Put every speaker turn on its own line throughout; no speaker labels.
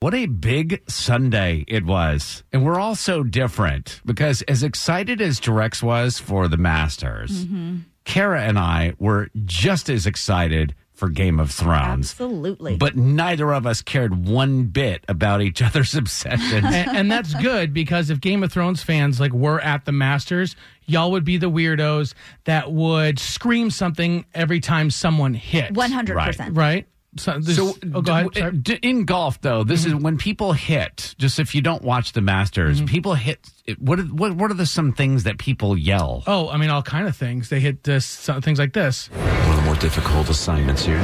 What a big Sunday it was. And we're all so different because, as excited as Drex was for the Masters,
Mm-hmm.
Kara and I were just as excited for Game of Thrones.
Absolutely.
But neither of us cared one bit about each other's obsessions.
and, and that's good because if Game of Thrones fans like were at the Masters, y'all would be the weirdos that would scream something every time someone hit.
100%.
Right. So, this,
So,
oh, go ahead.
d-
Sorry. Mm-hmm.
d- in golf, though, this is when people hit. Just if you don't watch the Masters, people hit. What are, what what are the some things that people yell?
Oh, I mean, all kind of things. They hit this, so- things like this.
One of the more difficult assignments here.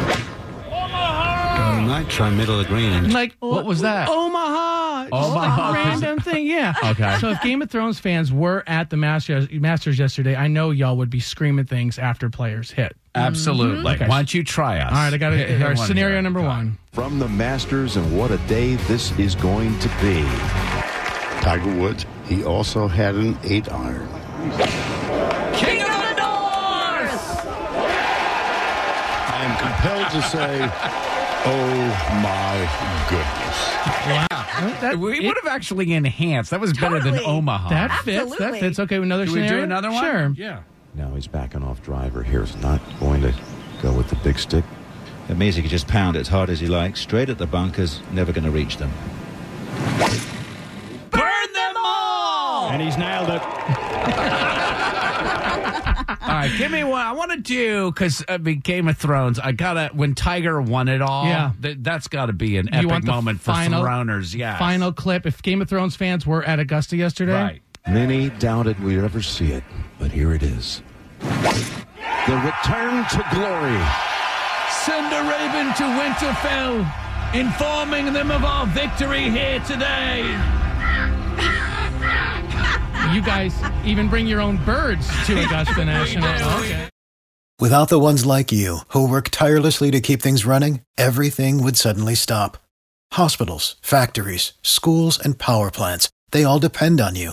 I might try middle of the green and
Like
What was that?
Oh, Omaha. Just
Omaha.
like random thing. Yeah.
Okay.
So if Game of Thrones fans were at the Masters, Masters yesterday, I know y'all would be screaming things after players hit.
Absolutely. Why don't you try us?
All right, I got
Hit- hit
to our
one
scenario
here.
number
Go.
one.
from the Masters and what a day this is going to be.
Tiger Woods, he also had an eight iron. I am compelled to say, oh my goodness.
That,
We
it-
would have actually enhanced. That was better than
Totally.
Omaha.
that fits. That
Absolutely.
fits. Okay, another
Should we do
scenario.
another one?
Sure.
yeah.
Now he's backing off driver here. He's not going to go with the big stick.
it means he can just pound as hard as he likes, straight at the bunkers, never going to reach them.
Burn them all.
And he's nailed it.
All right, give me one. I want to do because I mean, Game of Thrones. I gotta when Tiger won it all.
Yeah.
th- that's got to be an
You
epic
want the
moment
final-
for Throners. Yeah,
Final clip. If Game of Thrones fans were at Augusta yesterday,
right.
Many doubted we'd ever see it, but here it is. The return to glory.
Send a raven to Winterfell, informing them of our victory here today.
you guys even bring your own birds to Augusta National. Okay.
Without the ones like you, who work tirelessly to keep things running, everything would suddenly stop. Hospitals, factories, schools, and power plants, they all depend on you.